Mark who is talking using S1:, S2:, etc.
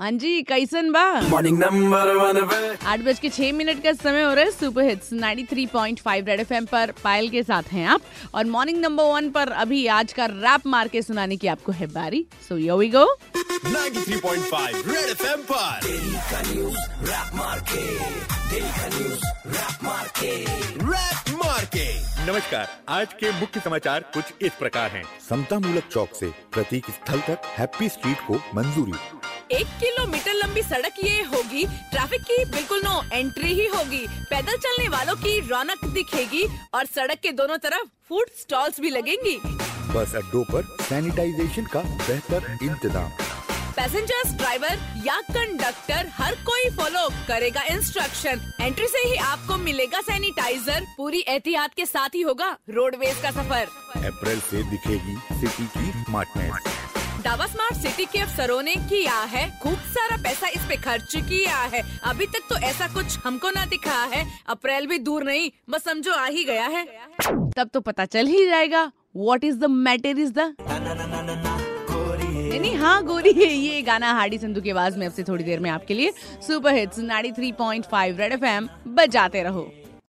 S1: हाँ जी कैसन बा
S2: मॉर्निंग नंबर वन पे
S1: आठ बज के छह मिनट का समय हो रहा है super hits 93.5 three point five red F पर पायल के साथ हैं आप और मॉर्निंग नंबर वन पर अभी आज का रैप मार के सुनाने की आपको है बारी so yo we go
S3: 93.5 Red FM पर Rap Market
S4: नमस्कार आज के मुख्य समाचार कुछ इस प्रकार हैं। समतामूलक चौक से प्रतीक स्थल तक हैप्पी स्ट्रीट को मंजूरी
S5: एक किलोमीटर लंबी सड़क ये होगी ट्रैफिक की बिल्कुल नो एंट्री ही होगी पैदल चलने वालों की रौनक दिखेगी और सड़क के दोनों तरफ फूड स्टॉल्स भी लगेंगी
S4: बस अड्डों पर सैनिटाइजेशन का बेहतर इंतजाम
S5: पैसेंजर्स ड्राइवर या कंडक्टर हर कोई फॉलो करेगा इंस्ट्रक्शन एंट्री से ही आपको मिलेगा सैनिटाइजर पूरी एहतियात के साथ ही होगा रोडवेज का सफर
S4: अप्रैल से दिखेगी सिटी की स्मार्टनेस
S5: डावा स्मार्ट सिटी के अफसरों ने किया है खूब सारा पैसा इस पे खर्च किया है अभी तक तो ऐसा कुछ हमको ना दिखा है अप्रैल भी दूर नहीं बस समझो आ ही गया है
S1: तब तो पता चल ही जाएगा what is the matter is the नहीं नहीं, हाँ गोरी है ये गाना हार्डी संधू की आवाज में अब से थोड़ी देर में आपके लिए सुपर हिट्स 93.5 रेड एफएम बजाते रहो